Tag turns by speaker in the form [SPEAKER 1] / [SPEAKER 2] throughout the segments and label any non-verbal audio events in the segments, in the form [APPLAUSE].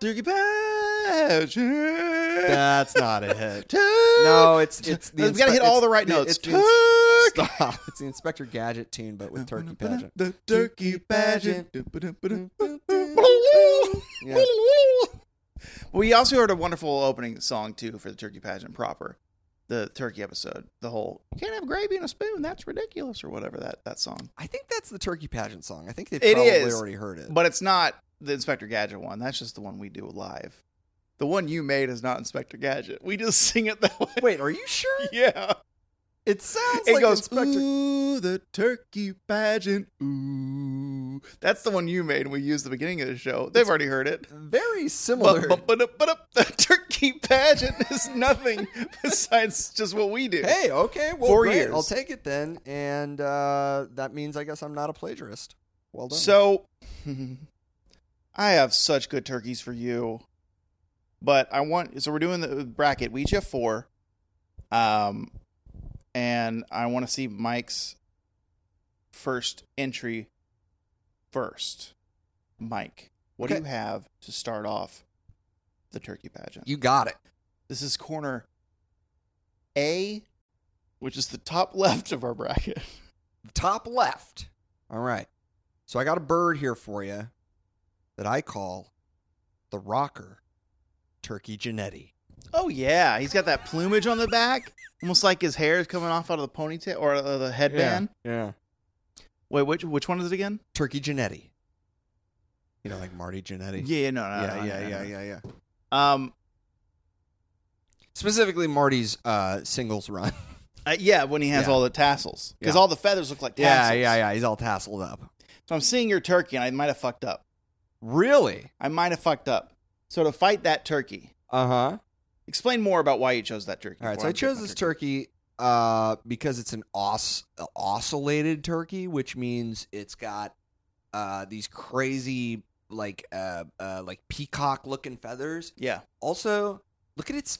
[SPEAKER 1] Turkey pageant.
[SPEAKER 2] That's not a hit.
[SPEAKER 1] No, it's it's
[SPEAKER 2] [LAUGHS] We've gotta
[SPEAKER 1] inspe-
[SPEAKER 2] hit all the
[SPEAKER 1] it's-
[SPEAKER 2] right notes.
[SPEAKER 1] It's the,
[SPEAKER 2] Turkey.
[SPEAKER 1] ins- stop.
[SPEAKER 2] [LAUGHS]
[SPEAKER 1] It's the Inspector Gadget tune, but with Turkey pageant.
[SPEAKER 2] The turkey pageant.
[SPEAKER 1] Yeah.
[SPEAKER 2] We also heard a wonderful opening song too for the turkey pageant proper, the turkey episode. The whole "you can't have gravy in a spoon, that's ridiculous" or whatever that that song.
[SPEAKER 1] I think that's the Turkey pageant song. I think they've
[SPEAKER 2] It
[SPEAKER 1] probably
[SPEAKER 2] is,
[SPEAKER 1] already heard it.
[SPEAKER 2] But it's not the Inspector Gadget one. That's just the one we do live. The one you made is not Inspector Gadget. We just sing it that way. [LAUGHS]
[SPEAKER 1] Wait, are you sure?
[SPEAKER 2] Yeah.
[SPEAKER 1] It sounds
[SPEAKER 2] It
[SPEAKER 1] like
[SPEAKER 2] goes, "Mm."
[SPEAKER 1] Inspector.
[SPEAKER 2] ooh, the turkey pageant, ooh. That's the one you made and we used the beginning of the show. They've already heard it.
[SPEAKER 1] Very similar.
[SPEAKER 2] But, but, but, but, but [LAUGHS] the turkey pageant is nothing [LAUGHS] besides just what we do.
[SPEAKER 1] hey, okay, well,
[SPEAKER 2] Four
[SPEAKER 1] great.
[SPEAKER 2] years.
[SPEAKER 1] I'll take it then, and uh, that means I guess I'm not a plagiarist. Well done.
[SPEAKER 2] So, [LAUGHS] I have such good turkeys for you, but I want so we're doing the bracket. We each have four, um, and I want to see Mike's first entry first. Mike, what do
[SPEAKER 1] Okay.
[SPEAKER 2] you have to start off the turkey pageant?
[SPEAKER 1] you got it.
[SPEAKER 2] this is corner A, which is the top [LAUGHS] left of our bracket.
[SPEAKER 1] top left. All right. So I got a bird here for you that I call the rocker turkey Genetti.
[SPEAKER 2] Oh yeah, he's got that plumage on the back, almost like his hair is coming off out of the ponytail or uh, the headband.
[SPEAKER 1] Yeah.
[SPEAKER 2] Wait, which which one is it again?
[SPEAKER 1] Turkey Genetti. You know, like Marty Genetti.
[SPEAKER 2] Yeah, no, no,
[SPEAKER 1] yeah,
[SPEAKER 2] no,
[SPEAKER 1] yeah,
[SPEAKER 2] no,
[SPEAKER 1] yeah,
[SPEAKER 2] no.
[SPEAKER 1] yeah, yeah.
[SPEAKER 2] Um,
[SPEAKER 1] Specifically, Marty's uh, singles
[SPEAKER 2] [LAUGHS]
[SPEAKER 1] run.
[SPEAKER 2] uh, yeah, when he has
[SPEAKER 1] Yeah.
[SPEAKER 2] all the tassels, because
[SPEAKER 1] Yeah.
[SPEAKER 2] all the feathers look like tassels.
[SPEAKER 1] yeah. He's all tasseled up.
[SPEAKER 2] So I'm seeing your turkey, and I might have fucked up.
[SPEAKER 1] Really?
[SPEAKER 2] I might have fucked up. So to fight that turkey,
[SPEAKER 1] Uh huh.
[SPEAKER 2] explain more about why you chose that turkey.
[SPEAKER 1] All right,
[SPEAKER 2] before
[SPEAKER 1] so I
[SPEAKER 2] pick
[SPEAKER 1] chose
[SPEAKER 2] my
[SPEAKER 1] this turkey uh, because it's an os- uh, oscillated turkey, which means it's got uh, these crazy like uh, uh, like peacock looking feathers.
[SPEAKER 2] Yeah,
[SPEAKER 1] Also, look at its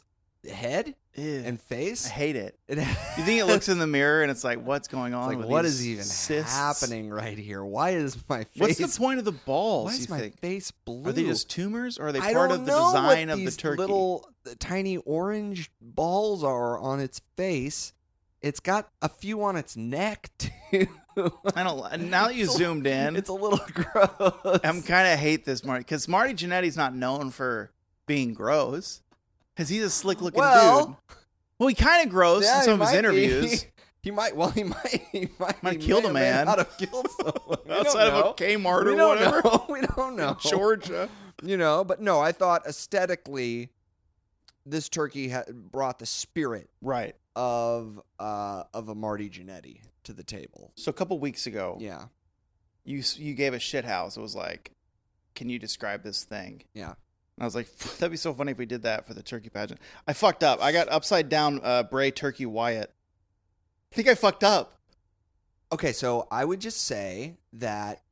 [SPEAKER 1] head
[SPEAKER 2] and
[SPEAKER 1] and face.
[SPEAKER 2] I hate it.
[SPEAKER 1] It [LAUGHS]
[SPEAKER 2] You think it looks in the mirror and it's like, what's going on?
[SPEAKER 1] like
[SPEAKER 2] with
[SPEAKER 1] what
[SPEAKER 2] these
[SPEAKER 1] is even
[SPEAKER 2] cysts?
[SPEAKER 1] happening right here? Why is my
[SPEAKER 2] What's
[SPEAKER 1] face?
[SPEAKER 2] the point of the balls?
[SPEAKER 1] why is
[SPEAKER 2] you
[SPEAKER 1] my
[SPEAKER 2] think?
[SPEAKER 1] face blue?
[SPEAKER 2] Are they just tumors, or are they
[SPEAKER 1] I
[SPEAKER 2] part
[SPEAKER 1] don't
[SPEAKER 2] of the
[SPEAKER 1] know what
[SPEAKER 2] design of the
[SPEAKER 1] these
[SPEAKER 2] turkey?
[SPEAKER 1] Little uh, tiny orange balls are on its face. It's got a few on its neck [LAUGHS] too.
[SPEAKER 2] I don't. li- Now
[SPEAKER 1] [LAUGHS]
[SPEAKER 2] that you
[SPEAKER 1] It's a-
[SPEAKER 2] zoomed in,
[SPEAKER 1] it's a little [LAUGHS] gross.
[SPEAKER 2] I'm kind of hate this Marty because Marty Jannetty's not known for being gross, because he's a slick looking
[SPEAKER 1] well,
[SPEAKER 2] dude. Well, he kind of gross
[SPEAKER 1] yeah,
[SPEAKER 2] in
[SPEAKER 1] he
[SPEAKER 2] some of his
[SPEAKER 1] might be.
[SPEAKER 2] interviews.
[SPEAKER 1] [LAUGHS] He might. Well, he might. He might.
[SPEAKER 2] Might
[SPEAKER 1] he
[SPEAKER 2] have killed
[SPEAKER 1] may
[SPEAKER 2] a
[SPEAKER 1] or may
[SPEAKER 2] man.
[SPEAKER 1] Not have killed someone. We
[SPEAKER 2] [LAUGHS]
[SPEAKER 1] don't
[SPEAKER 2] Outside of
[SPEAKER 1] know.
[SPEAKER 2] a Kmart
[SPEAKER 1] we
[SPEAKER 2] or
[SPEAKER 1] don't
[SPEAKER 2] whatever,
[SPEAKER 1] Know. [LAUGHS] We don't know.
[SPEAKER 2] in [LAUGHS] Georgia.
[SPEAKER 1] you know but no i thought aesthetically this turkey ha- brought the spirit
[SPEAKER 2] Right.
[SPEAKER 1] of uh of a marty Jannetty to the table
[SPEAKER 2] So a couple weeks ago,
[SPEAKER 1] yeah
[SPEAKER 2] you s- you gave a shit house. It was like, can you describe this thing?
[SPEAKER 1] Yeah.
[SPEAKER 2] And I was like, [LAUGHS] that'd be so funny if we did that for the turkey pageant. I fucked up. I got upside down uh, Bray Turkey Wyatt. I think I fucked up. [LAUGHS]
[SPEAKER 1] okay so i would just say that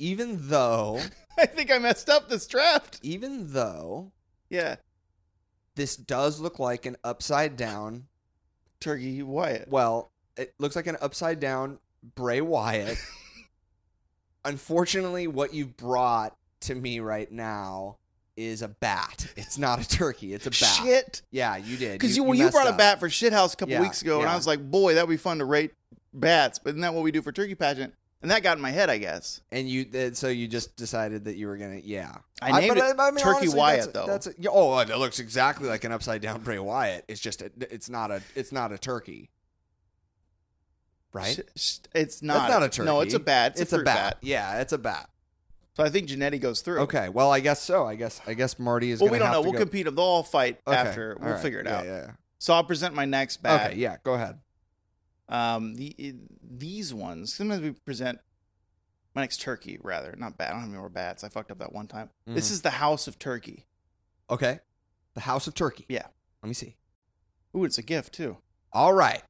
[SPEAKER 1] even though
[SPEAKER 2] I think I messed up this draft.
[SPEAKER 1] even though
[SPEAKER 2] Yeah.
[SPEAKER 1] this does look like an upside down
[SPEAKER 2] Turkey Wyatt.
[SPEAKER 1] well it looks like an upside down bray
[SPEAKER 2] [LAUGHS]
[SPEAKER 1] wyatt unfortunately what you've brought to me right now is a bat it's not a turkey it's a bat
[SPEAKER 2] Shit.
[SPEAKER 1] Yeah, you did.
[SPEAKER 2] Because you, well, you
[SPEAKER 1] messed
[SPEAKER 2] brought
[SPEAKER 1] up.
[SPEAKER 2] a bat for Shithouse a couple
[SPEAKER 1] Yeah,
[SPEAKER 2] weeks ago, and I
[SPEAKER 1] yeah.
[SPEAKER 2] was like, boy, that would be fun to rate bats. But isn't that what we do for Turkey Pageant? And that got in my head, I guess.
[SPEAKER 1] and you then so you just decided that you were gonna yeah.
[SPEAKER 2] I named
[SPEAKER 1] but
[SPEAKER 2] it Turkey
[SPEAKER 1] that's
[SPEAKER 2] Wyatt,
[SPEAKER 1] a-
[SPEAKER 2] though.
[SPEAKER 1] That's a, yeah, oh, that looks exactly like an upside down Bray Wyatt. It's just a, it's not a it's not a turkey, right?
[SPEAKER 2] Sh- sh- it's not.
[SPEAKER 1] not a turkey.
[SPEAKER 2] No, it's a bat. It's, a, fruit bat.
[SPEAKER 1] Yeah, it's a bat.
[SPEAKER 2] So I think Janetti goes through.
[SPEAKER 1] Okay, well, I guess so. I guess I guess Marty is.
[SPEAKER 2] Well,
[SPEAKER 1] gonna
[SPEAKER 2] we don't
[SPEAKER 1] have
[SPEAKER 2] know.
[SPEAKER 1] to
[SPEAKER 2] We'll
[SPEAKER 1] go-
[SPEAKER 2] compete. They'll all fight
[SPEAKER 1] Okay,
[SPEAKER 2] after.
[SPEAKER 1] all
[SPEAKER 2] We'll
[SPEAKER 1] right.
[SPEAKER 2] figure it
[SPEAKER 1] Yeah,
[SPEAKER 2] out.
[SPEAKER 1] yeah, yeah.
[SPEAKER 2] So I'll present my next bat.
[SPEAKER 1] Okay, yeah, go ahead.
[SPEAKER 2] Um, the, these ones sometimes we present my next turkey rather not bad. I don't have any more bats. I fucked up that one time.
[SPEAKER 1] Mm-hmm.
[SPEAKER 2] This is the House of Turkey.
[SPEAKER 1] Okay, the House of Turkey.
[SPEAKER 2] Yeah.
[SPEAKER 1] let me see.
[SPEAKER 2] Ooh, it's a gift too.
[SPEAKER 1] All right,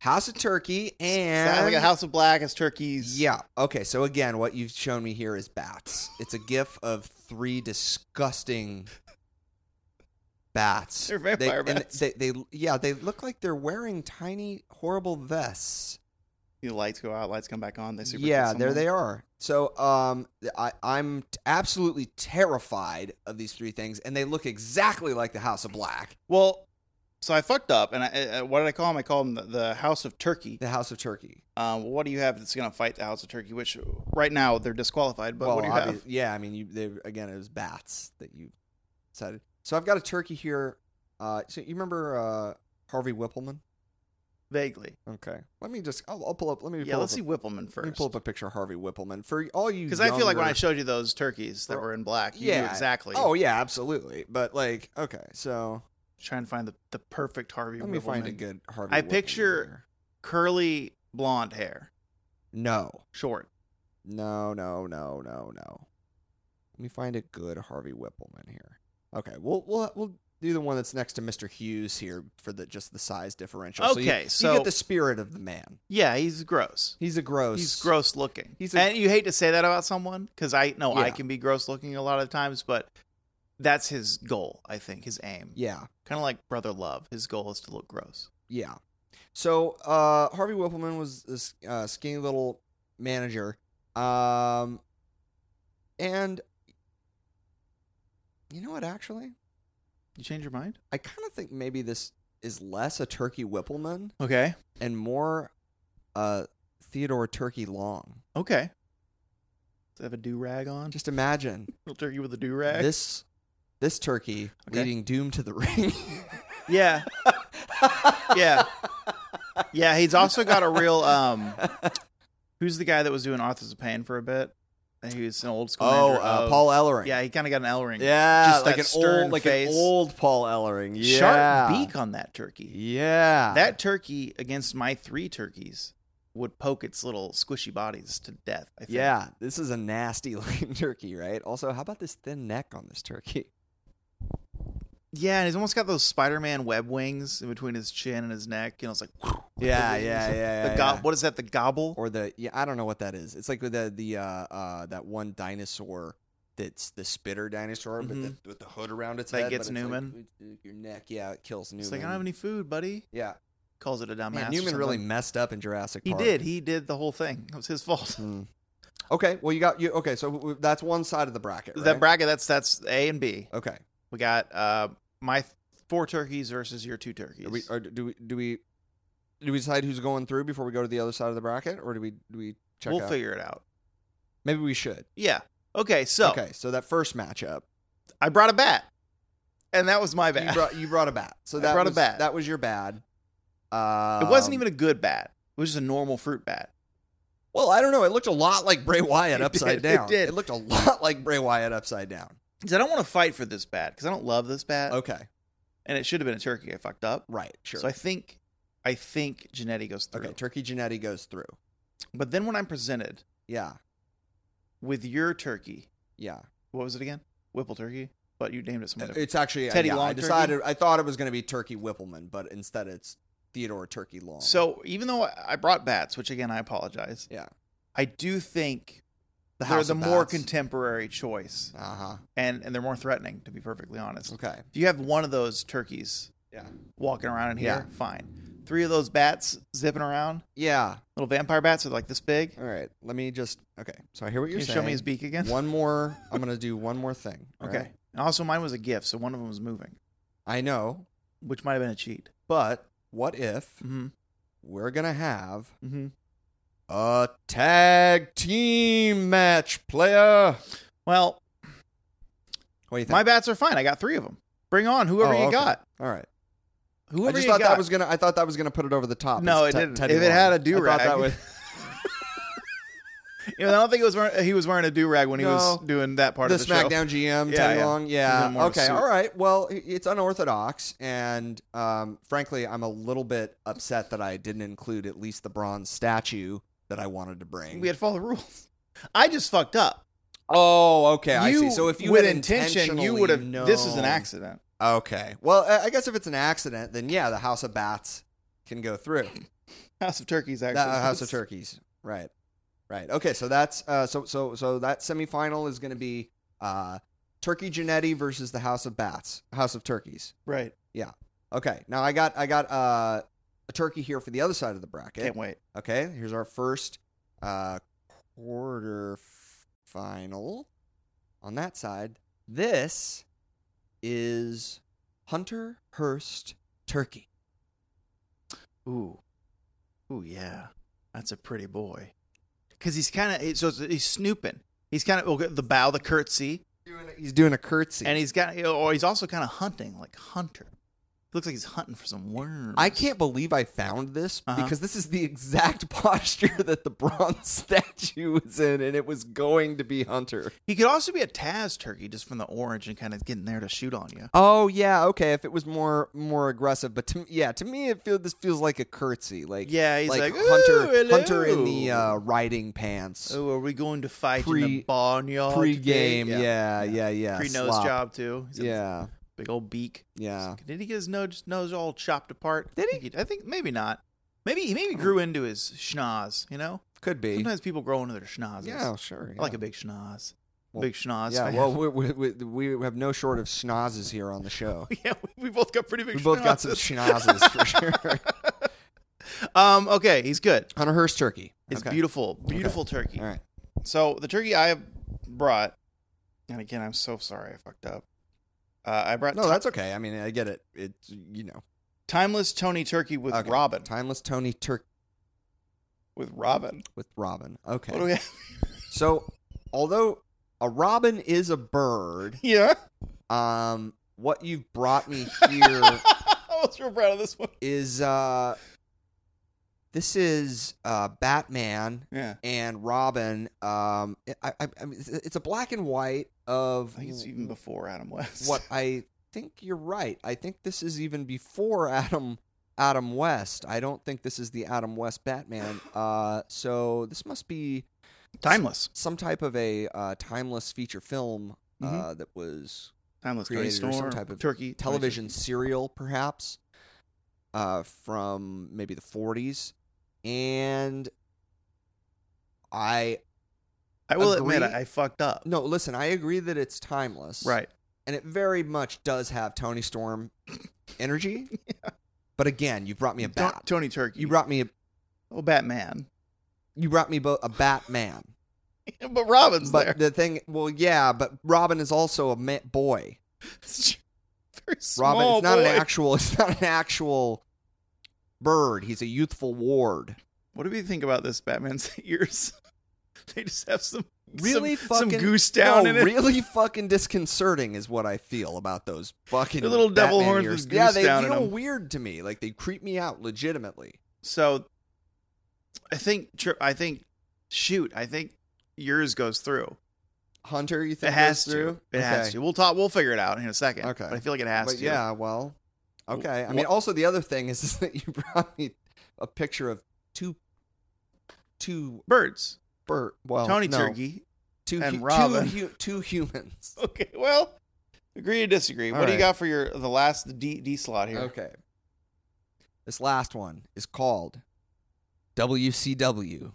[SPEAKER 1] House of Turkey and
[SPEAKER 2] Sounds like a house of black as turkeys.
[SPEAKER 1] Yeah. Okay. So again, what you've shown me here is bats. It's a gif of three disgusting
[SPEAKER 2] [LAUGHS]
[SPEAKER 1] bats.
[SPEAKER 2] They're vampire
[SPEAKER 1] they, and
[SPEAKER 2] bats.
[SPEAKER 1] They, they, yeah, they look like they're wearing tiny, horrible vests.
[SPEAKER 2] The lights go out, lights come back on. They super kick
[SPEAKER 1] yeah, there
[SPEAKER 2] someone.
[SPEAKER 1] they are. So, um, I, I'm t- absolutely terrified of these three things, and they look exactly like the House of Black,
[SPEAKER 2] Well, so I fucked up, and I, uh, what did I call them? I called them the, the House of Turkey.
[SPEAKER 1] the House of Turkey.
[SPEAKER 2] Um, what do you have that's going to fight the House of Turkey? Which right now they're disqualified. But
[SPEAKER 1] well,
[SPEAKER 2] what do you
[SPEAKER 1] obvi-
[SPEAKER 2] have?
[SPEAKER 1] yeah, I mean, you, they, again, it was bats that you decided. So I've got a turkey here. Uh, so you remember uh, Harvey Whippleman?
[SPEAKER 2] Vaguely.
[SPEAKER 1] Okay, let me just. I'll, I'll pull up. Let me.
[SPEAKER 2] Yeah,
[SPEAKER 1] pull
[SPEAKER 2] let's
[SPEAKER 1] up
[SPEAKER 2] see
[SPEAKER 1] a,
[SPEAKER 2] Whippleman
[SPEAKER 1] Let me
[SPEAKER 2] first.
[SPEAKER 1] pull up a picture of Harvey Whippleman for all you.
[SPEAKER 2] Because I feel like when I
[SPEAKER 1] younger-
[SPEAKER 2] showed you those turkeys that were in black, you knew
[SPEAKER 1] Yeah.
[SPEAKER 2] exactly.
[SPEAKER 1] Oh yeah, absolutely. But like, okay, so
[SPEAKER 2] trying to find the, the perfect Harvey.
[SPEAKER 1] let me find a
[SPEAKER 2] Whippleman.
[SPEAKER 1] good Harvey.
[SPEAKER 2] I
[SPEAKER 1] Whippleman
[SPEAKER 2] picture-
[SPEAKER 1] here.
[SPEAKER 2] curly blonde hair,
[SPEAKER 1] No,
[SPEAKER 2] short.
[SPEAKER 1] no, no, no, no, no. Let me find a good Harvey Whippleman here. Okay, we'll we'll we'll do the one that's next to Mr. Hughes here for the just the size differential. So you-
[SPEAKER 2] Okay, so,
[SPEAKER 1] you get the spirit of the man.
[SPEAKER 2] yeah, he's gross.
[SPEAKER 1] He's a gross.
[SPEAKER 2] He's gross looking.
[SPEAKER 1] He's a-
[SPEAKER 2] and you hate to say that about someone because I know I
[SPEAKER 1] Yeah.
[SPEAKER 2] can be gross looking a lot of times, but that's his goal. I think his aim,
[SPEAKER 1] Yeah,
[SPEAKER 2] kind of like brother love. His goal is to look gross.
[SPEAKER 1] yeah. So uh, Harvey Whippleman was this uh, skinny little manager, um, and you know what? Actually,
[SPEAKER 2] You change your mind?
[SPEAKER 1] I kind of think maybe this is less a Turkey Whippleman
[SPEAKER 2] Okay.
[SPEAKER 1] and more uh, Theodore Turkey Long.
[SPEAKER 2] Okay. Does it have a do rag on? Just
[SPEAKER 1] Just imagine
[SPEAKER 2] little turkey with a do rag.
[SPEAKER 1] this this turkey
[SPEAKER 2] Okay.
[SPEAKER 1] leading Doom to the [LAUGHS] ring.
[SPEAKER 2] yeah, Yeah. yeah. He's also got a real um. Who's the guy that was doing Authors of Pain for a bit? And he was an old school.
[SPEAKER 1] Oh,
[SPEAKER 2] manager
[SPEAKER 1] uh,
[SPEAKER 2] of-
[SPEAKER 1] Paul Ellering.
[SPEAKER 2] Yeah, he kind of got an L ring.
[SPEAKER 1] Yeah,
[SPEAKER 2] Just
[SPEAKER 1] like
[SPEAKER 2] that
[SPEAKER 1] an
[SPEAKER 2] stern
[SPEAKER 1] old, like
[SPEAKER 2] face.
[SPEAKER 1] an old Paul Ellering. Yeah,
[SPEAKER 2] Sharp beak on that turkey.
[SPEAKER 1] Yeah,
[SPEAKER 2] That turkey against my three turkeys would poke its little squishy bodies to death. I think.
[SPEAKER 1] yeah. This is a nasty [LAUGHS] looking turkey, right? Also, how about this thin neck on this turkey?
[SPEAKER 2] Yeah, and he's almost got those Spider Man web wings in between his chin and his neck. You know, it's like.
[SPEAKER 1] Yeah, [LAUGHS]
[SPEAKER 2] the wings.
[SPEAKER 1] yeah, yeah,
[SPEAKER 2] The
[SPEAKER 1] yeah,
[SPEAKER 2] go-
[SPEAKER 1] yeah.
[SPEAKER 2] What is that? The gobble?
[SPEAKER 1] Or the yeah, I don't know what that is. It's like with the the uh, uh that one dinosaur that's the spitter dinosaur, but
[SPEAKER 2] Mhm.
[SPEAKER 1] the, with the hood around its
[SPEAKER 2] That
[SPEAKER 1] head.
[SPEAKER 2] gets
[SPEAKER 1] but it's like,
[SPEAKER 2] Newman.
[SPEAKER 1] uh, your neck, yeah, it kills Newman.
[SPEAKER 2] It's like I don't have any food, buddy.
[SPEAKER 1] yeah,
[SPEAKER 2] Calls it a dumbass.
[SPEAKER 1] Man,
[SPEAKER 2] or
[SPEAKER 1] Newman really
[SPEAKER 2] something.
[SPEAKER 1] messed up in Jurassic
[SPEAKER 2] He
[SPEAKER 1] Park.
[SPEAKER 2] did. He did the whole thing. It was his fault.
[SPEAKER 1] Hmm. Okay, well you got you. Okay, so w- that's one side of the
[SPEAKER 2] [LAUGHS]
[SPEAKER 1] bracket.
[SPEAKER 2] That
[SPEAKER 1] right?
[SPEAKER 2] bracket. That's that's A and B.
[SPEAKER 1] Okay.
[SPEAKER 2] We got uh my th- four turkeys versus your two turkeys.
[SPEAKER 1] Are we, uh, or do we do we do we decide who's going through before we go to the other side of the bracket, or do we do we check
[SPEAKER 2] we'll
[SPEAKER 1] out?
[SPEAKER 2] figure it out.
[SPEAKER 1] Maybe we should.
[SPEAKER 2] Yeah. Okay. So
[SPEAKER 1] Okay, so that first matchup,
[SPEAKER 2] I brought a bat, and that was my
[SPEAKER 1] you
[SPEAKER 2] bat.
[SPEAKER 1] brought you brought a bat. So
[SPEAKER 2] I
[SPEAKER 1] that
[SPEAKER 2] brought a
[SPEAKER 1] was,
[SPEAKER 2] bat.
[SPEAKER 1] That was your bad.
[SPEAKER 2] [LAUGHS]
[SPEAKER 1] Um,
[SPEAKER 2] it wasn't even a good bat. It was just a normal fruit bat.
[SPEAKER 1] well, I don't know. It looked a lot like Bray [LAUGHS] Wyatt
[SPEAKER 2] It
[SPEAKER 1] upside
[SPEAKER 2] did, it
[SPEAKER 1] down.
[SPEAKER 2] did.
[SPEAKER 1] looked a lot like Bray Wyatt upside down.
[SPEAKER 2] 'Cause I don't want to fight for this bat because I don't love this bat,
[SPEAKER 1] Okay,
[SPEAKER 2] and it should have been a turkey. I fucked up.
[SPEAKER 1] right, sure.
[SPEAKER 2] So I think, I think Janetti goes through.
[SPEAKER 1] okay, Turkey Janetti goes through.
[SPEAKER 2] But then when I'm presented
[SPEAKER 1] Yeah,
[SPEAKER 2] with your turkey,
[SPEAKER 1] yeah.
[SPEAKER 2] what was it again? Whipple turkey. But you named it something. different.
[SPEAKER 1] It's actually
[SPEAKER 2] Teddy
[SPEAKER 1] yeah,
[SPEAKER 2] Long
[SPEAKER 1] I
[SPEAKER 2] Turkey?
[SPEAKER 1] decided I thought it was going to be Turkey Whippleman, but instead it's Theodore Turkey Long.
[SPEAKER 2] So even though I I brought bats, which again I apologize.
[SPEAKER 1] Yeah.
[SPEAKER 2] I do think
[SPEAKER 1] The
[SPEAKER 2] they're
[SPEAKER 1] House
[SPEAKER 2] the
[SPEAKER 1] of
[SPEAKER 2] more
[SPEAKER 1] Bats.
[SPEAKER 2] contemporary choice,
[SPEAKER 1] uh huh.
[SPEAKER 2] and and they're more threatening. To be perfectly honest,
[SPEAKER 1] Okay.
[SPEAKER 2] if you have one of those turkeys
[SPEAKER 1] Yeah.
[SPEAKER 2] walking around in here, fine. Three of those bats zipping around,
[SPEAKER 1] Yeah.
[SPEAKER 2] little vampire bats are like this big.
[SPEAKER 1] All right. Let me just. Okay. So I hear what
[SPEAKER 2] Can
[SPEAKER 1] you're
[SPEAKER 2] you
[SPEAKER 1] saying.
[SPEAKER 2] show me his beak again?
[SPEAKER 1] one more. I'm gonna do one more thing.
[SPEAKER 2] [LAUGHS]
[SPEAKER 1] all
[SPEAKER 2] okay.
[SPEAKER 1] right?
[SPEAKER 2] And also, mine was a gift, so one of them was moving,
[SPEAKER 1] I know,
[SPEAKER 2] which might have been a cheat.
[SPEAKER 1] but what if
[SPEAKER 2] Mm-hmm.
[SPEAKER 1] we're gonna have
[SPEAKER 2] Mm-hmm.
[SPEAKER 1] a tag team match, player?
[SPEAKER 2] Well,
[SPEAKER 1] What do you think?
[SPEAKER 2] my bats are fine. I got three of them. Bring on whoever
[SPEAKER 1] Oh,
[SPEAKER 2] you
[SPEAKER 1] okay.
[SPEAKER 2] got.
[SPEAKER 1] All right.
[SPEAKER 2] Whoever
[SPEAKER 1] I just
[SPEAKER 2] you
[SPEAKER 1] thought
[SPEAKER 2] got.
[SPEAKER 1] that was gonna. I thought that was gonna put it over the top.
[SPEAKER 2] No,
[SPEAKER 1] It's
[SPEAKER 2] it
[SPEAKER 1] Te-
[SPEAKER 2] didn't.
[SPEAKER 1] Teddy
[SPEAKER 2] If it had
[SPEAKER 1] Long.
[SPEAKER 2] a do-rag.
[SPEAKER 1] I thought that was-
[SPEAKER 2] You know, I don't think it was wearing, he was wearing a do rag when he was
[SPEAKER 1] No.
[SPEAKER 2] doing that [LAUGHS] part
[SPEAKER 1] the,
[SPEAKER 2] of the show.
[SPEAKER 1] SmackDown GM,
[SPEAKER 2] Yeah,
[SPEAKER 1] Teddy
[SPEAKER 2] yeah.
[SPEAKER 1] Long.
[SPEAKER 2] He's in more
[SPEAKER 1] Yeah.
[SPEAKER 2] of a
[SPEAKER 1] Okay.
[SPEAKER 2] suit.
[SPEAKER 1] All right. Well, i- it's unorthodox, and um, frankly, I'm a little bit upset that I didn't include at least the bronze statue that I wanted to bring.
[SPEAKER 2] We had to follow the rules. I just fucked up.
[SPEAKER 1] oh, okay. I
[SPEAKER 2] You-
[SPEAKER 1] see. So if you
[SPEAKER 2] with
[SPEAKER 1] had
[SPEAKER 2] intention, you
[SPEAKER 1] intentionally
[SPEAKER 2] would have. This is an
[SPEAKER 1] known-
[SPEAKER 2] accident.
[SPEAKER 1] Okay. Well, I I guess if it's an accident, then yeah, the House of Bats can go through.
[SPEAKER 2] House of Turkeys, actually.
[SPEAKER 1] That- uh, House of Turkeys. Right. Right. Okay. So that's uh, so so so that semifinal is going to be uh, Turkey Genetti versus the House of Bats, House of Turkeys.
[SPEAKER 2] Right.
[SPEAKER 1] Okay. Now I got I got uh, a turkey here for the other side of the bracket.
[SPEAKER 2] Can't wait.
[SPEAKER 1] Okay, here's our first uh, quarter final on that side. This is Hunter Hearst Turkey.
[SPEAKER 2] Ooh. Ooh, yeah. That's a pretty boy. Because he's kind of, so it's- he's snooping. He's kind of, the bow, the curtsy.
[SPEAKER 1] He's doing a curtsy.
[SPEAKER 2] And he's got, or he's also kind of hunting, like hunter. He looks like he's hunting for some worms.
[SPEAKER 1] I can't believe I found this
[SPEAKER 2] Uh-huh.
[SPEAKER 1] because this is the exact [LAUGHS] posture that the bronze [LAUGHS] statue was in, and it was going to be Hunter.
[SPEAKER 2] He could also be a Taz turkey just from the orange and kind of getting there to shoot on you.
[SPEAKER 1] Oh yeah, okay. If it was more more aggressive, but to, yeah, to me it feel this feels like a curtsy, like
[SPEAKER 2] Yeah, he's
[SPEAKER 1] like,
[SPEAKER 2] like,
[SPEAKER 1] Hunter
[SPEAKER 2] "Ooh,
[SPEAKER 1] Hunter in
[SPEAKER 2] hello."
[SPEAKER 1] the uh, riding pants
[SPEAKER 2] Oh, are we going to fight in
[SPEAKER 1] Pre-
[SPEAKER 2] the barnyard?
[SPEAKER 1] pre-game.
[SPEAKER 2] today?
[SPEAKER 1] Yeah, yeah, yeah.
[SPEAKER 2] Pre nose
[SPEAKER 1] slop.
[SPEAKER 2] job, too. He's got this
[SPEAKER 1] Yeah,
[SPEAKER 2] Big old beak.
[SPEAKER 1] yeah.
[SPEAKER 2] Did he get his nose, nose all chopped apart?
[SPEAKER 1] Did he? Oh.
[SPEAKER 2] I think, I think maybe not. Maybe he maybe grew into his schnoz, you know?
[SPEAKER 1] Could be.
[SPEAKER 2] Sometimes people grow into their schnozzes.
[SPEAKER 1] Yeah, sure.
[SPEAKER 2] I like
[SPEAKER 1] yeah.
[SPEAKER 2] a big schnoz.
[SPEAKER 1] Well,
[SPEAKER 2] big schnoz.
[SPEAKER 1] Yeah,
[SPEAKER 2] fan.
[SPEAKER 1] well, we, we, we, we have no short of schnozzes here on
[SPEAKER 2] [LAUGHS]
[SPEAKER 1] the show.
[SPEAKER 2] [LAUGHS] yeah, we- we both got pretty big
[SPEAKER 1] We both got some schnozzes for sure.
[SPEAKER 2] [LAUGHS] sure. Um, okay, he's good.
[SPEAKER 1] Hunter Hearst turkey.
[SPEAKER 2] It's
[SPEAKER 1] Okay.
[SPEAKER 2] beautiful, beautiful turkey.
[SPEAKER 1] All right.
[SPEAKER 2] So the turkey I brought, and again, I'm so sorry I fucked up. Uh, I brought
[SPEAKER 1] No,
[SPEAKER 2] ti-
[SPEAKER 1] that's okay. I mean, I get it. It's you know,
[SPEAKER 2] timeless Tony turkey with
[SPEAKER 1] Okay.
[SPEAKER 2] Robin.
[SPEAKER 1] timeless Tony Turk
[SPEAKER 2] With Robin.
[SPEAKER 1] with Robin. Okay.
[SPEAKER 2] What do we have? [LAUGHS]
[SPEAKER 1] So, although a robin is a bird,
[SPEAKER 2] Yeah.
[SPEAKER 1] um, what you've brought me
[SPEAKER 2] [LAUGHS]
[SPEAKER 1] here
[SPEAKER 2] I was real proud of this one.
[SPEAKER 1] is uh, this is uh, Batman
[SPEAKER 2] Yeah.
[SPEAKER 1] and Robin. Um, I, I, I mean, it's- it's a black and white of
[SPEAKER 2] I think it's even [LAUGHS] before Adam West.
[SPEAKER 1] what I think you're right. I think this is even before Adam Adam West. I don't think this is the Adam
[SPEAKER 2] [SIGHS]
[SPEAKER 1] West Batman. Uh, so this must be
[SPEAKER 2] Timeless.
[SPEAKER 1] some type of a uh, timeless feature film uh, that was
[SPEAKER 2] Mm-hmm. Timeless Tony
[SPEAKER 1] Created or some
[SPEAKER 2] Storm.
[SPEAKER 1] type of
[SPEAKER 2] turkey.
[SPEAKER 1] television serial, perhaps, uh, from maybe the 40s. And I
[SPEAKER 2] I will admit,
[SPEAKER 1] Agree.
[SPEAKER 2] I, I fucked up.
[SPEAKER 1] no, listen, I agree that it's timeless,
[SPEAKER 2] Right.
[SPEAKER 1] And it very much does have Tony Storm
[SPEAKER 2] [LAUGHS]
[SPEAKER 1] energy. But again, you brought me a
[SPEAKER 2] Ton-
[SPEAKER 1] bat.
[SPEAKER 2] Tony Turkey.
[SPEAKER 1] You brought me a
[SPEAKER 2] oh Batman, [LAUGHS]
[SPEAKER 1] you brought me both a Batman.
[SPEAKER 2] but Robin's
[SPEAKER 1] but
[SPEAKER 2] there. [LAUGHS]
[SPEAKER 1] the thing, well, yeah, but Robin is also a ma- boy.
[SPEAKER 2] Very small
[SPEAKER 1] Robin, it's not
[SPEAKER 2] boy.
[SPEAKER 1] an actual. [LAUGHS] It's not an actual bird. He's a youthful ward.
[SPEAKER 2] What do you think about this [LAUGHS] Batman's ears? they just have some
[SPEAKER 1] Really
[SPEAKER 2] some,
[SPEAKER 1] fucking
[SPEAKER 2] some goose down
[SPEAKER 1] no,
[SPEAKER 2] in it.
[SPEAKER 1] Oh, Really fucking disconcerting is what I feel about those fucking
[SPEAKER 2] The little devil
[SPEAKER 1] Batman
[SPEAKER 2] horns with
[SPEAKER 1] ears.
[SPEAKER 2] goose
[SPEAKER 1] yeah, they
[SPEAKER 2] down in
[SPEAKER 1] feel
[SPEAKER 2] them.
[SPEAKER 1] weird to me. Like they creep me out legitimately.
[SPEAKER 2] So I think tri- I think shoot, I think yours goes through.
[SPEAKER 1] Hunter, you
[SPEAKER 2] It
[SPEAKER 1] think
[SPEAKER 2] has
[SPEAKER 1] goes through?
[SPEAKER 2] to. It has
[SPEAKER 1] Okay.
[SPEAKER 2] to. We'll talk we'll figure it out in a second.
[SPEAKER 1] Okay.
[SPEAKER 2] But I feel like it has
[SPEAKER 1] But
[SPEAKER 2] to.
[SPEAKER 1] yeah, well, okay. I mean,
[SPEAKER 2] Well-
[SPEAKER 1] also the other thing is, [LAUGHS] is that you brought me a picture of two, two
[SPEAKER 2] Birds.
[SPEAKER 1] bird. Well,
[SPEAKER 2] Tony
[SPEAKER 1] Oh, no,
[SPEAKER 2] Turkey. [LAUGHS]
[SPEAKER 1] two
[SPEAKER 2] and
[SPEAKER 1] hu- two
[SPEAKER 2] Robin.
[SPEAKER 1] hu-
[SPEAKER 2] [LAUGHS]
[SPEAKER 1] two humans.
[SPEAKER 2] Okay, well, agree to disagree.
[SPEAKER 1] All
[SPEAKER 2] what do you
[SPEAKER 1] right.
[SPEAKER 2] got for your the last D D slot here?
[SPEAKER 1] Okay. [LAUGHS] This last one is called WCW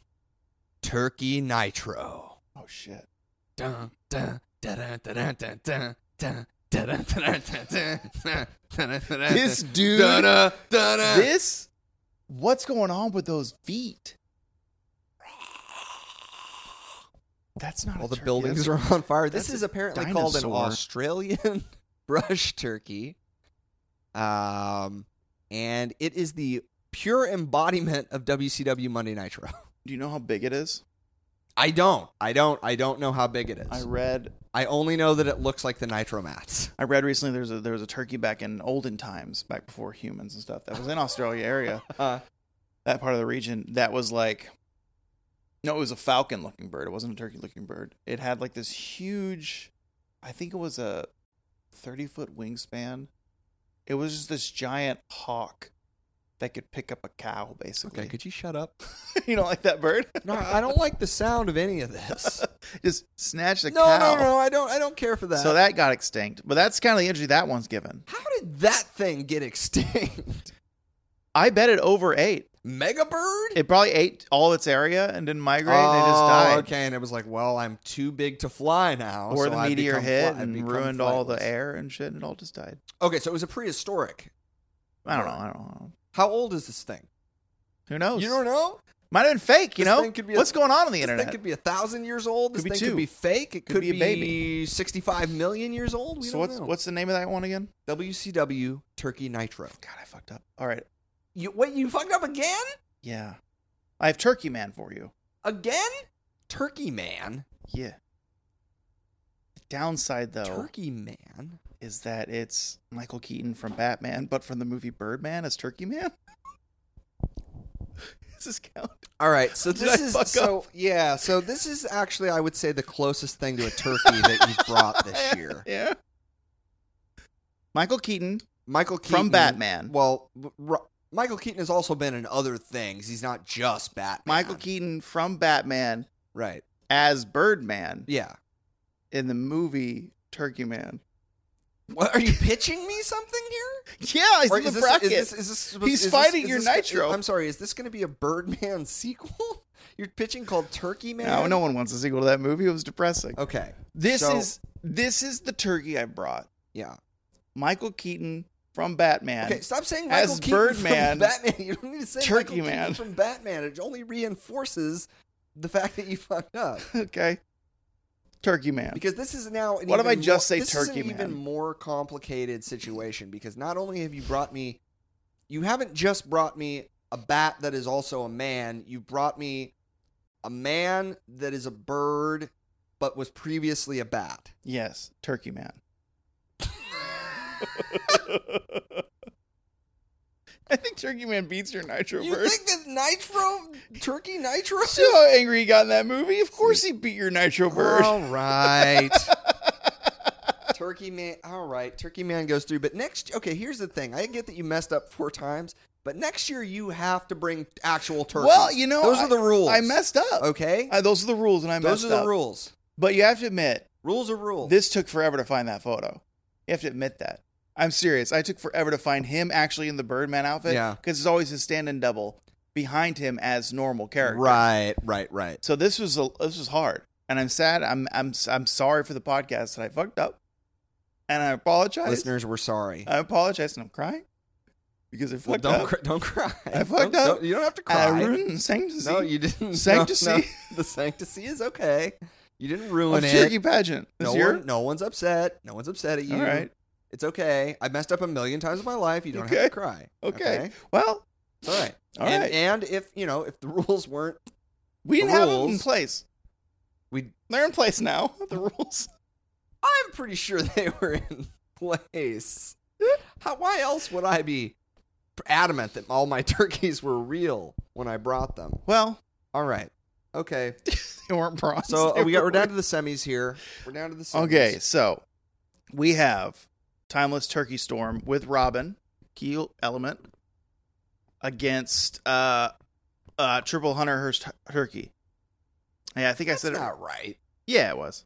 [SPEAKER 1] Turkey Nitro.
[SPEAKER 2] Oh shit.
[SPEAKER 1] Dun, dun, dun, dun, dun, dun, dun, dun, dun, dun, dun, dun, dun, dun, dun, dun, dun,
[SPEAKER 2] This dude
[SPEAKER 1] dun, dun, dun, dun.
[SPEAKER 2] This what's going on with those
[SPEAKER 1] [SIGHS]
[SPEAKER 2] feet? That's not
[SPEAKER 1] all
[SPEAKER 2] a
[SPEAKER 1] the
[SPEAKER 2] turkey.
[SPEAKER 1] buildings
[SPEAKER 2] That's-
[SPEAKER 1] are on fire. This
[SPEAKER 2] that's
[SPEAKER 1] is
[SPEAKER 2] a
[SPEAKER 1] apparently called an
[SPEAKER 2] dinosaur.
[SPEAKER 1] Australian brush turkey. Um and it is the pure embodiment of WCW Monday Nitro.
[SPEAKER 2] Do you know how big it is?
[SPEAKER 1] I don't. I don't I don't know how big it is.
[SPEAKER 2] I read
[SPEAKER 1] I only know that it looks like the
[SPEAKER 2] [LAUGHS]
[SPEAKER 1] nitro mats.
[SPEAKER 2] I read recently there's a there was a turkey back in olden times, back before humans and stuff. That was in Australia
[SPEAKER 1] [LAUGHS]
[SPEAKER 2] area,
[SPEAKER 1] Uh-huh.
[SPEAKER 2] that part of the region. That was like, no, it was a falcon looking bird. It wasn't a turkey looking bird. It had like this huge, I think it was a thirty foot wingspan. It was just this giant hawk that could pick up a cow, basically.
[SPEAKER 1] okay, could you shut up?
[SPEAKER 2] [LAUGHS] you don't like that bird?
[SPEAKER 1] [LAUGHS] No, I don't like the sound of any
[SPEAKER 2] [LAUGHS]
[SPEAKER 1] of this.
[SPEAKER 2] just snatched a
[SPEAKER 1] no,
[SPEAKER 2] cow.
[SPEAKER 1] no, no, I don't. I don't care for that.
[SPEAKER 2] So that got extinct. But that's kind of the energy that one's given. [LAUGHS]
[SPEAKER 1] how did that thing get extinct?
[SPEAKER 2] I bet it overate.
[SPEAKER 1] Mega bird?
[SPEAKER 2] It probably ate all its area and didn't migrate. and it just
[SPEAKER 1] Oh,
[SPEAKER 2] died.
[SPEAKER 1] Okay, and it was like, well, I'm too big to fly now.
[SPEAKER 2] Or
[SPEAKER 1] so
[SPEAKER 2] the
[SPEAKER 1] I
[SPEAKER 2] meteor
[SPEAKER 1] become
[SPEAKER 2] hit
[SPEAKER 1] fly- I
[SPEAKER 2] and
[SPEAKER 1] become
[SPEAKER 2] ruined all
[SPEAKER 1] flightless.
[SPEAKER 2] the air and shit, and it all just died.
[SPEAKER 1] Okay, so it was a prehistoric.
[SPEAKER 2] I don't know. I don't know.
[SPEAKER 1] How old is this thing?
[SPEAKER 2] Who knows?
[SPEAKER 1] You don't know.
[SPEAKER 2] Might have been fake. You
[SPEAKER 1] This
[SPEAKER 2] know
[SPEAKER 1] thing could be a-
[SPEAKER 2] what's going on on the
[SPEAKER 1] This
[SPEAKER 2] internet?
[SPEAKER 1] thing could be a thousand years old. This
[SPEAKER 2] Could be
[SPEAKER 1] thing
[SPEAKER 2] two.
[SPEAKER 1] could be fake. It
[SPEAKER 2] Could be a baby.
[SPEAKER 1] sixty-five million years old. We
[SPEAKER 2] so
[SPEAKER 1] don't
[SPEAKER 2] what's
[SPEAKER 1] know.
[SPEAKER 2] what's the name of that one again?
[SPEAKER 1] WCW Turkey Nitro?
[SPEAKER 2] God, I fucked up. All right,
[SPEAKER 1] You wait. You fucked up again?
[SPEAKER 2] yeah. I have Turkey Man for you.
[SPEAKER 1] Again? Turkey Man.
[SPEAKER 2] Yeah. The downside though
[SPEAKER 1] Turkey Man.
[SPEAKER 2] is that it's Michael Keaton from Batman, but from the movie Birdman as Turkey Man. [LAUGHS] Does this count?
[SPEAKER 1] All right, so
[SPEAKER 2] [LAUGHS] Did
[SPEAKER 1] this
[SPEAKER 2] I
[SPEAKER 1] is
[SPEAKER 2] fuck
[SPEAKER 1] so yeah, so this is actually I would say the closest thing to a turkey that you
[SPEAKER 2] [LAUGHS]
[SPEAKER 1] brought this year.
[SPEAKER 2] Yeah. Michael Keaton
[SPEAKER 1] Michael Keaton
[SPEAKER 2] from Batman.
[SPEAKER 1] Well, r- Michael Keaton has also been in other things. He's not just Batman.
[SPEAKER 2] Michael Keaton from Batman
[SPEAKER 1] right?
[SPEAKER 2] as Birdman
[SPEAKER 1] Yeah.
[SPEAKER 2] in the movie Turkey Man. [LAUGHS]
[SPEAKER 1] What are you pitching me something here?
[SPEAKER 2] Yeah, he's
[SPEAKER 1] Or
[SPEAKER 2] in the
[SPEAKER 1] is this,
[SPEAKER 2] bracket.
[SPEAKER 1] Is this, is this, supposed-
[SPEAKER 2] He's
[SPEAKER 1] is this-
[SPEAKER 2] fighting
[SPEAKER 1] is
[SPEAKER 2] your
[SPEAKER 1] this gonna-
[SPEAKER 2] Nitro.
[SPEAKER 1] I'm sorry. Is this going to be a Birdman [LAUGHS] sequel? You're pitching called Turkey Man.
[SPEAKER 2] no, no one wants a sequel to that movie. It was depressing.
[SPEAKER 1] Okay.
[SPEAKER 2] This
[SPEAKER 1] Uh, So-
[SPEAKER 2] is this is the turkey I brought.
[SPEAKER 1] Yeah.
[SPEAKER 2] Michael Keaton from Batman.
[SPEAKER 1] Okay, stop saying
[SPEAKER 2] as
[SPEAKER 1] Michael Keaton
[SPEAKER 2] Birdman,
[SPEAKER 1] from Batman. [LAUGHS] You don't need to say
[SPEAKER 2] Turkey
[SPEAKER 1] Michael
[SPEAKER 2] Man.
[SPEAKER 1] Keaton from Batman. It only reinforces the fact that you fucked up
[SPEAKER 2] [LAUGHS] okay. Turkey Man.
[SPEAKER 1] because this is now. An
[SPEAKER 2] What if
[SPEAKER 1] even
[SPEAKER 2] I just
[SPEAKER 1] more-
[SPEAKER 2] say
[SPEAKER 1] this
[SPEAKER 2] Turkey
[SPEAKER 1] is an Even
[SPEAKER 2] Man?
[SPEAKER 1] more complicated situation because not only have you brought me, you haven't just brought me a bat that is also a man. You brought me a man that is a bird, but was previously a bat.
[SPEAKER 2] yes, Turkey
[SPEAKER 1] [LAUGHS]
[SPEAKER 2] Man. [LAUGHS] I think Turkey Man beats your Nitro
[SPEAKER 1] You
[SPEAKER 2] Bird.
[SPEAKER 1] think that Nitro
[SPEAKER 2] [LAUGHS]
[SPEAKER 1] Turkey Nitro?
[SPEAKER 2] See how angry he got in that movie? Of course he beat your Nitro Bird.
[SPEAKER 1] All right. [LAUGHS] Turkey Man. All right. Turkey Man goes through. But next, okay, here's the thing. I get that you messed up four times, but next year you have to bring actual turkeys.
[SPEAKER 2] Well, you know,
[SPEAKER 1] those
[SPEAKER 2] I-
[SPEAKER 1] are the rules.
[SPEAKER 2] I messed up.
[SPEAKER 1] Okay.
[SPEAKER 2] Uh, those are the rules, and I
[SPEAKER 1] those
[SPEAKER 2] messed
[SPEAKER 1] are the
[SPEAKER 2] up.
[SPEAKER 1] rules.
[SPEAKER 2] But you have to admit,
[SPEAKER 1] Rules are rules.
[SPEAKER 2] this took forever to find that photo. You have to admit that. I'm serious. I took forever to find him actually in the Birdman outfit.
[SPEAKER 1] Yeah.
[SPEAKER 2] Because it's always his stand-in double behind him as normal character.
[SPEAKER 1] right, right, right.
[SPEAKER 2] So this was a, this was hard, and I'm sad. I'm I'm I'm sorry for the podcast that I fucked up, and I apologize.
[SPEAKER 1] Listeners, we're sorry.
[SPEAKER 2] I apologize, and I'm crying because I fucked
[SPEAKER 1] Well, don't,
[SPEAKER 2] up.
[SPEAKER 1] cry, don't cry.
[SPEAKER 2] I fucked
[SPEAKER 1] Don't-
[SPEAKER 2] up.
[SPEAKER 1] don't- you don't have to
[SPEAKER 2] And I
[SPEAKER 1] cry.
[SPEAKER 2] ruined the sanctity
[SPEAKER 1] no, you didn't. no,
[SPEAKER 2] Sanctity.
[SPEAKER 1] no. [LAUGHS] the sanctity is okay. You didn't
[SPEAKER 2] of
[SPEAKER 1] ruin it.
[SPEAKER 2] Cherokee pageant this
[SPEAKER 1] No,
[SPEAKER 2] year.
[SPEAKER 1] one, no one's upset. No one's upset at you.
[SPEAKER 2] All right.
[SPEAKER 1] It's okay. I messed up a million times in my life. You don't
[SPEAKER 2] Okay.
[SPEAKER 1] have to cry.
[SPEAKER 2] Okay. Well,
[SPEAKER 1] It's all right.
[SPEAKER 2] All
[SPEAKER 1] and,
[SPEAKER 2] right.
[SPEAKER 1] and if you know if the [LAUGHS] rules weren't,
[SPEAKER 2] we
[SPEAKER 1] The
[SPEAKER 2] didn't have them in
[SPEAKER 1] rules.
[SPEAKER 2] place.
[SPEAKER 1] we
[SPEAKER 2] They're in place now. [LAUGHS] The rules.
[SPEAKER 1] I'm pretty sure they were in [LAUGHS] place. How, why else would I be adamant that all my [LAUGHS] turkeys were real when I brought them?
[SPEAKER 2] Well,
[SPEAKER 1] All right.
[SPEAKER 2] [LAUGHS]
[SPEAKER 1] Okay.
[SPEAKER 2] they weren't bronze.
[SPEAKER 1] So
[SPEAKER 2] [LAUGHS] They
[SPEAKER 1] uh, we got
[SPEAKER 2] were
[SPEAKER 1] we're down to the semis here. We're down to the semis.
[SPEAKER 2] Okay, so we have Timeless Turkey Storm with Robin, key element, against uh, uh, Triple Hunter Hearst Turkey. Yeah, I think
[SPEAKER 1] That's
[SPEAKER 2] I said it.
[SPEAKER 1] not right.
[SPEAKER 2] Yeah, it was.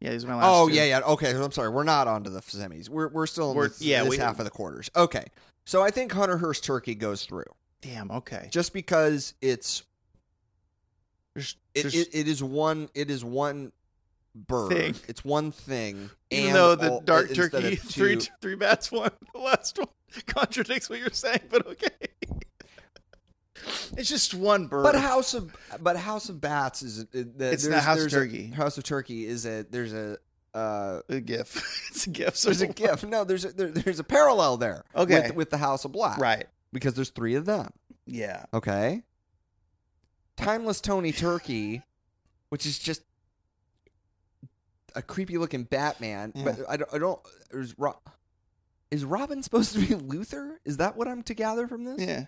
[SPEAKER 2] Yeah, these are my last.
[SPEAKER 1] Oh
[SPEAKER 2] two.
[SPEAKER 1] yeah, yeah. Okay, I'm sorry. We're not on to the semis. We're we're still in
[SPEAKER 2] We're-
[SPEAKER 1] this,
[SPEAKER 2] yeah,
[SPEAKER 1] this
[SPEAKER 2] we-
[SPEAKER 1] half of the quarters. Okay. So I think Hunter Hearst Turkey goes through.
[SPEAKER 2] Damn. Okay.
[SPEAKER 1] just because it's
[SPEAKER 2] There's-
[SPEAKER 1] it,
[SPEAKER 2] there's-
[SPEAKER 1] it, it is one it is one bird
[SPEAKER 2] Thing.
[SPEAKER 1] it's one thing
[SPEAKER 2] Even
[SPEAKER 1] and
[SPEAKER 2] though the
[SPEAKER 1] all-
[SPEAKER 2] dark
[SPEAKER 1] instead of
[SPEAKER 2] turkey [LAUGHS]
[SPEAKER 1] two-
[SPEAKER 2] three three bats one [LAUGHS] the last one contradicts what you're saying, but okay. it's just one bird.
[SPEAKER 1] but house of but house of bats is it, the,
[SPEAKER 2] it's
[SPEAKER 1] there's-
[SPEAKER 2] not House of
[SPEAKER 1] there's
[SPEAKER 2] Turkey.
[SPEAKER 1] a, house of turkey is a there's a uh
[SPEAKER 2] [LAUGHS] A gif. it's a gif. So
[SPEAKER 1] there's
[SPEAKER 2] [LAUGHS]
[SPEAKER 1] a gif no there's a there, there's a parallel there
[SPEAKER 2] Okay.
[SPEAKER 1] with, with the house of black
[SPEAKER 2] Right.
[SPEAKER 1] because there's three of them
[SPEAKER 2] Yeah.
[SPEAKER 1] okay timeless tony turkey which is just a creepy looking batman but I don't, I don't is, Ro- is robin supposed to be luther is that what i'm to gather from this
[SPEAKER 2] Yeah.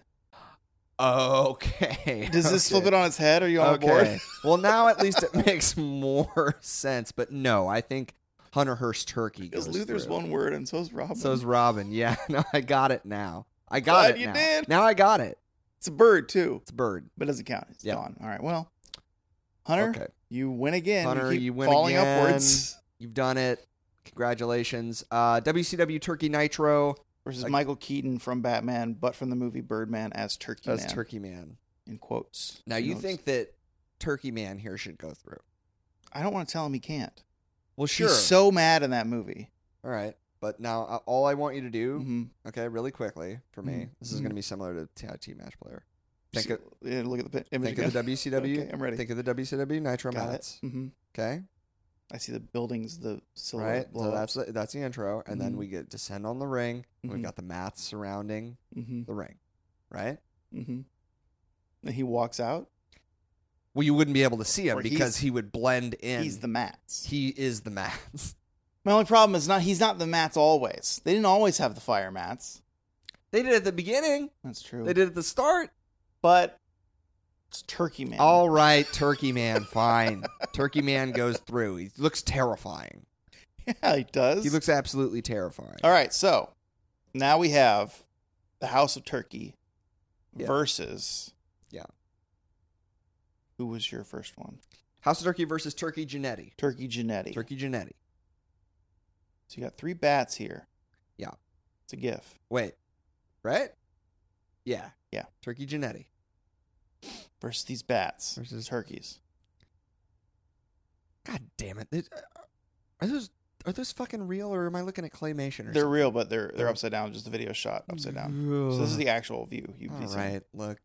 [SPEAKER 1] okay
[SPEAKER 2] [LAUGHS] Does this
[SPEAKER 1] okay.
[SPEAKER 2] flip it on its head? Are you on board?
[SPEAKER 1] Okay. [LAUGHS] well now at least it makes more [LAUGHS] sense but no i think hunter hearst turkey
[SPEAKER 2] Because
[SPEAKER 1] goes
[SPEAKER 2] Luther's
[SPEAKER 1] through.
[SPEAKER 2] one word, and so's Robin.
[SPEAKER 1] so is robin [LAUGHS] yeah no i got it now i got
[SPEAKER 2] Glad
[SPEAKER 1] it
[SPEAKER 2] you
[SPEAKER 1] now.
[SPEAKER 2] did.
[SPEAKER 1] now i got it
[SPEAKER 2] it's a bird too,
[SPEAKER 1] it's a bird
[SPEAKER 2] but it doesn't count. It's
[SPEAKER 1] Yeah.
[SPEAKER 2] gone. All right. Well, Hunter,
[SPEAKER 1] okay
[SPEAKER 2] you win again.
[SPEAKER 1] Hunter,
[SPEAKER 2] you keep
[SPEAKER 1] you win
[SPEAKER 2] falling
[SPEAKER 1] again.
[SPEAKER 2] upwards.
[SPEAKER 1] You've done it. Congratulations. Uh, WCW Turkey Nitro.
[SPEAKER 2] versus
[SPEAKER 1] Like-
[SPEAKER 2] Michael Keaton from Batman, but from the movie Birdman as Turkey
[SPEAKER 1] That's
[SPEAKER 2] Man.
[SPEAKER 1] Turkey Man.
[SPEAKER 2] in quotes.
[SPEAKER 1] Now you
[SPEAKER 2] Notes.
[SPEAKER 1] think that Turkey Man here should go through?
[SPEAKER 2] I don't want to tell him he can't.
[SPEAKER 1] Well, sure.
[SPEAKER 2] He's so mad in that movie.
[SPEAKER 1] All right, but now uh, all I want you to do,
[SPEAKER 2] Mhm.
[SPEAKER 1] okay, really quickly for me,
[SPEAKER 2] Mhm.
[SPEAKER 1] this is going to be similar to t- Team Match Player. Think of,
[SPEAKER 2] Yeah, look at the pi- image.
[SPEAKER 1] think of the
[SPEAKER 2] again.
[SPEAKER 1] [LAUGHS] WCW.
[SPEAKER 2] [LAUGHS] Okay, I'm ready.
[SPEAKER 1] Think of the WCW Nitro
[SPEAKER 2] Got
[SPEAKER 1] mats.
[SPEAKER 2] it. Mhm.
[SPEAKER 1] Okay,
[SPEAKER 2] I see the buildings, the
[SPEAKER 1] right.
[SPEAKER 2] silhouette.
[SPEAKER 1] So that's the, that's the intro, and then
[SPEAKER 2] Mhm.
[SPEAKER 1] we get descend on the ring. and We've
[SPEAKER 2] Mhm.
[SPEAKER 1] got the mats surrounding
[SPEAKER 2] hmm
[SPEAKER 1] the ring, right?
[SPEAKER 2] hmm And he walks out.
[SPEAKER 1] Well, you wouldn't be able to see him
[SPEAKER 2] Or he's-
[SPEAKER 1] because he would blend in.
[SPEAKER 2] He's the mats.
[SPEAKER 1] he is the mats.
[SPEAKER 2] My only problem is not he's not the mats always. They didn't always have the fire mats.
[SPEAKER 1] [LAUGHS] They did it at the beginning.
[SPEAKER 2] That's true.
[SPEAKER 1] They did it at the start.
[SPEAKER 2] but it's Turkey Man.
[SPEAKER 1] All right, Turkey Man, fine. [LAUGHS] Turkey Man goes through. He looks terrifying.
[SPEAKER 2] [LAUGHS] yeah, he does.
[SPEAKER 1] He looks absolutely terrifying.
[SPEAKER 2] All right, so now we have the House of Turkey
[SPEAKER 1] Yeah.
[SPEAKER 2] versus.
[SPEAKER 1] Yeah.
[SPEAKER 2] Who was your first one?
[SPEAKER 1] House of Turkey versus Turkey Genetti.
[SPEAKER 2] Turkey Genetti.
[SPEAKER 1] Turkey Genetti.
[SPEAKER 2] So you got three bats here.
[SPEAKER 1] Yeah.
[SPEAKER 2] It's a gif.
[SPEAKER 1] Wait, right? Yeah.
[SPEAKER 2] Yeah.
[SPEAKER 1] Turkey Genetti.
[SPEAKER 2] Versus these bats.
[SPEAKER 1] Versus-
[SPEAKER 2] turkeys.
[SPEAKER 1] God damn it. This- uh, Are those are those fucking real or am I looking at claymation or
[SPEAKER 2] They're real, but they're they're
[SPEAKER 1] They're-
[SPEAKER 2] upside down, just the video shot upside
[SPEAKER 1] something?
[SPEAKER 2] down. So this is the actual view you've
[SPEAKER 1] All
[SPEAKER 2] seen.
[SPEAKER 1] right, look.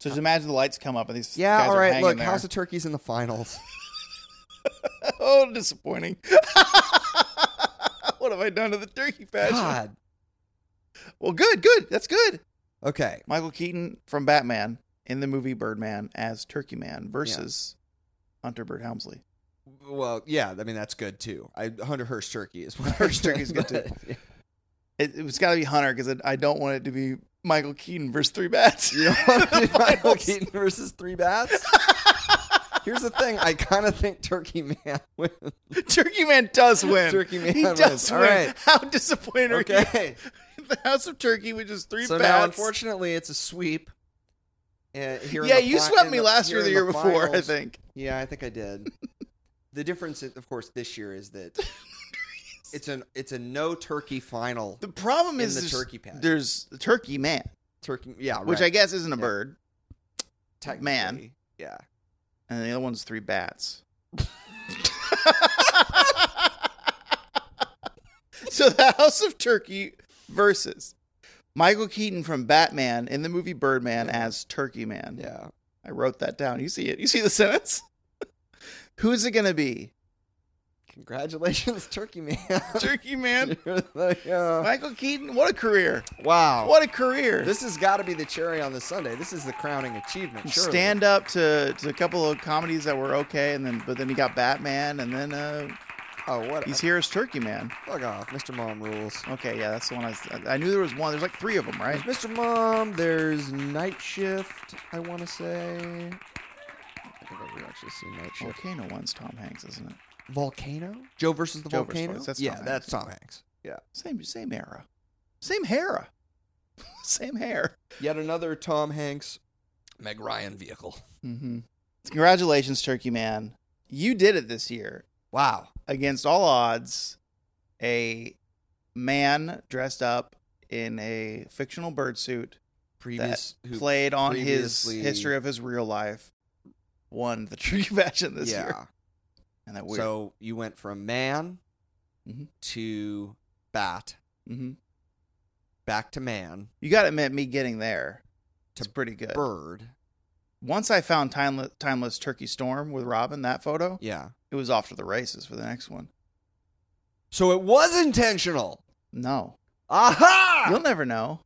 [SPEAKER 2] So just imagine the lights come up and these
[SPEAKER 1] Yeah,
[SPEAKER 2] guys
[SPEAKER 1] all
[SPEAKER 2] are
[SPEAKER 1] right,
[SPEAKER 2] hanging
[SPEAKER 1] look.
[SPEAKER 2] there. [LAUGHS]
[SPEAKER 1] House of Turkey's in the finals.
[SPEAKER 2] oh, disappointing. [LAUGHS] what have I done to the turkey passion?
[SPEAKER 1] God.
[SPEAKER 2] Well, good, good. That's good.
[SPEAKER 1] Okay.
[SPEAKER 2] Michael Keaton from Batman in the movie Birdman as Turkey Man versus Hunter Bird Helmsley.
[SPEAKER 1] Well, yeah, I mean that's good too. I Hunter Hearst turkey
[SPEAKER 2] [LAUGHS]
[SPEAKER 1] is what
[SPEAKER 2] Hearst turkey's good, too.
[SPEAKER 1] [LAUGHS] Yeah.
[SPEAKER 2] It, it's got to be Hunter because I don't want it to be Michael Keaton versus Three Bats.
[SPEAKER 1] You know what?
[SPEAKER 2] [LAUGHS]
[SPEAKER 1] I mean? Michael
[SPEAKER 2] Finals.
[SPEAKER 1] Keaton versus
[SPEAKER 2] [LAUGHS]
[SPEAKER 1] three bats. Here's the thing: I kind of think Turkey Man [LAUGHS] wins.
[SPEAKER 2] Turkey Man does win.
[SPEAKER 1] Turkey Man
[SPEAKER 2] he
[SPEAKER 1] wins.
[SPEAKER 2] does
[SPEAKER 1] All
[SPEAKER 2] win.
[SPEAKER 1] right.
[SPEAKER 2] How disappointed [LAUGHS] are you?
[SPEAKER 1] Okay,
[SPEAKER 2] The House of Turkey, which is three
[SPEAKER 1] so
[SPEAKER 2] bats.
[SPEAKER 1] now unfortunately it's a sweep. Uh, here in
[SPEAKER 2] yeah,
[SPEAKER 1] the
[SPEAKER 2] you
[SPEAKER 1] fi-
[SPEAKER 2] swept
[SPEAKER 1] in
[SPEAKER 2] me
[SPEAKER 1] the-
[SPEAKER 2] last
[SPEAKER 1] here
[SPEAKER 2] year, or the
[SPEAKER 1] in
[SPEAKER 2] year before, I
[SPEAKER 1] finals.
[SPEAKER 2] think.
[SPEAKER 1] Yeah, I think
[SPEAKER 2] [LAUGHS]
[SPEAKER 1] I did. the difference, is, of course, this year is that it's an it's a no turkey final.
[SPEAKER 2] The problem
[SPEAKER 1] In
[SPEAKER 2] is
[SPEAKER 1] the
[SPEAKER 2] there's-
[SPEAKER 1] turkey patch.
[SPEAKER 2] There's the Turkey Man,
[SPEAKER 1] Turkey, yeah,
[SPEAKER 2] which I
[SPEAKER 1] right,
[SPEAKER 2] guess isn't a
[SPEAKER 1] Yeah.
[SPEAKER 2] bird,
[SPEAKER 1] technically,
[SPEAKER 2] man.
[SPEAKER 1] yeah.
[SPEAKER 2] and the other one's three bats. so the House of Turkey versus Michael Keaton from Batman in the movie Birdman
[SPEAKER 1] Yeah.
[SPEAKER 2] as Turkey Man.
[SPEAKER 1] Yeah.
[SPEAKER 2] I wrote that down. You see it? You see the sentence? Who's it gonna be?
[SPEAKER 1] Congratulations, Turkey [LAUGHS] Man.
[SPEAKER 2] Turkey
[SPEAKER 1] [LAUGHS]
[SPEAKER 2] Man.
[SPEAKER 1] You're the, uh,
[SPEAKER 2] Michael Keaton. What a career!
[SPEAKER 1] wow.
[SPEAKER 2] What a career!
[SPEAKER 1] Oh. This has got to be the cherry on the Sunday. This is the crowning achievement. Surely.
[SPEAKER 2] stand up to, to a couple of comedies that were okay, and then but then he got Batman, and then uh,
[SPEAKER 1] Oh, what?
[SPEAKER 2] he's here as Turkey Man.
[SPEAKER 1] Fuck off, Mr. Mom rules.
[SPEAKER 2] Okay, yeah, that's the one I, s- I knew there was one. There's like three of them, right?
[SPEAKER 1] There's Mr. Mom. There's Night Shift. I want to say. I think I've actually seen Night Shift.
[SPEAKER 2] Volcano one's Tom Hanks, isn't it?
[SPEAKER 1] Volcano. Joe versus the
[SPEAKER 2] Joe versus
[SPEAKER 1] volcano.
[SPEAKER 2] Volcano. That's Tom
[SPEAKER 1] yeah,
[SPEAKER 2] Hanks.
[SPEAKER 1] that's Tom Hanks. Yeah.
[SPEAKER 2] Same same era, same hair, [LAUGHS] same hair.
[SPEAKER 1] Yet another Tom Hanks, Meg Ryan vehicle.
[SPEAKER 2] Mm-hmm. Congratulations, Turkey Man! You did it this year
[SPEAKER 1] Wow.
[SPEAKER 2] against all odds. A man dressed up in a fictional bird suit
[SPEAKER 1] Previous who
[SPEAKER 2] played on his
[SPEAKER 1] previously-
[SPEAKER 2] history of his real life won the [LAUGHS] turkey fashion this
[SPEAKER 1] yeah.
[SPEAKER 2] year. And that weird.
[SPEAKER 1] So you went from man
[SPEAKER 2] Mhm.
[SPEAKER 1] to bat,
[SPEAKER 2] Mhm.
[SPEAKER 1] back to man
[SPEAKER 2] You got to admit, me getting there, it's pretty good.
[SPEAKER 1] bird.
[SPEAKER 2] Once I found timeless, timeless Turkey Storm with Robin, that photo,
[SPEAKER 1] Yeah.
[SPEAKER 2] it was off to the races for the next one.
[SPEAKER 1] So it was intentional.
[SPEAKER 2] No,
[SPEAKER 1] Aha!
[SPEAKER 2] you'll never know.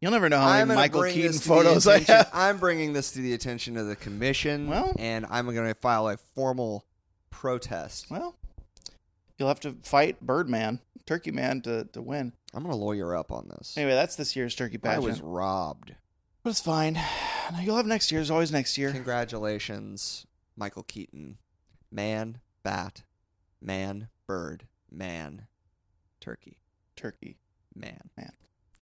[SPEAKER 2] You'll never know how
[SPEAKER 1] Ah.
[SPEAKER 2] many
[SPEAKER 1] I'm gonna
[SPEAKER 2] Michael
[SPEAKER 1] bring
[SPEAKER 2] Keaton
[SPEAKER 1] this to the
[SPEAKER 2] photos [LAUGHS] I
[SPEAKER 1] attention-
[SPEAKER 2] have.
[SPEAKER 1] I'm bringing this to the attention of the commission,
[SPEAKER 2] Well-
[SPEAKER 1] and I'm going to file a formal protest.
[SPEAKER 2] Well, you'll have to fight Birdman, Turkey Man, to, to win.
[SPEAKER 1] I'm going to lawyer up on this.
[SPEAKER 2] Anyway, that's this year's Turkey
[SPEAKER 1] I
[SPEAKER 2] pageant.
[SPEAKER 1] was robbed.
[SPEAKER 2] But it's fine. No, You'll have next year. There's always next year.
[SPEAKER 1] Congratulations, Michael Keaton. Man, bat, man, bird, man, turkey,
[SPEAKER 2] Turkey.
[SPEAKER 1] man.
[SPEAKER 2] Man.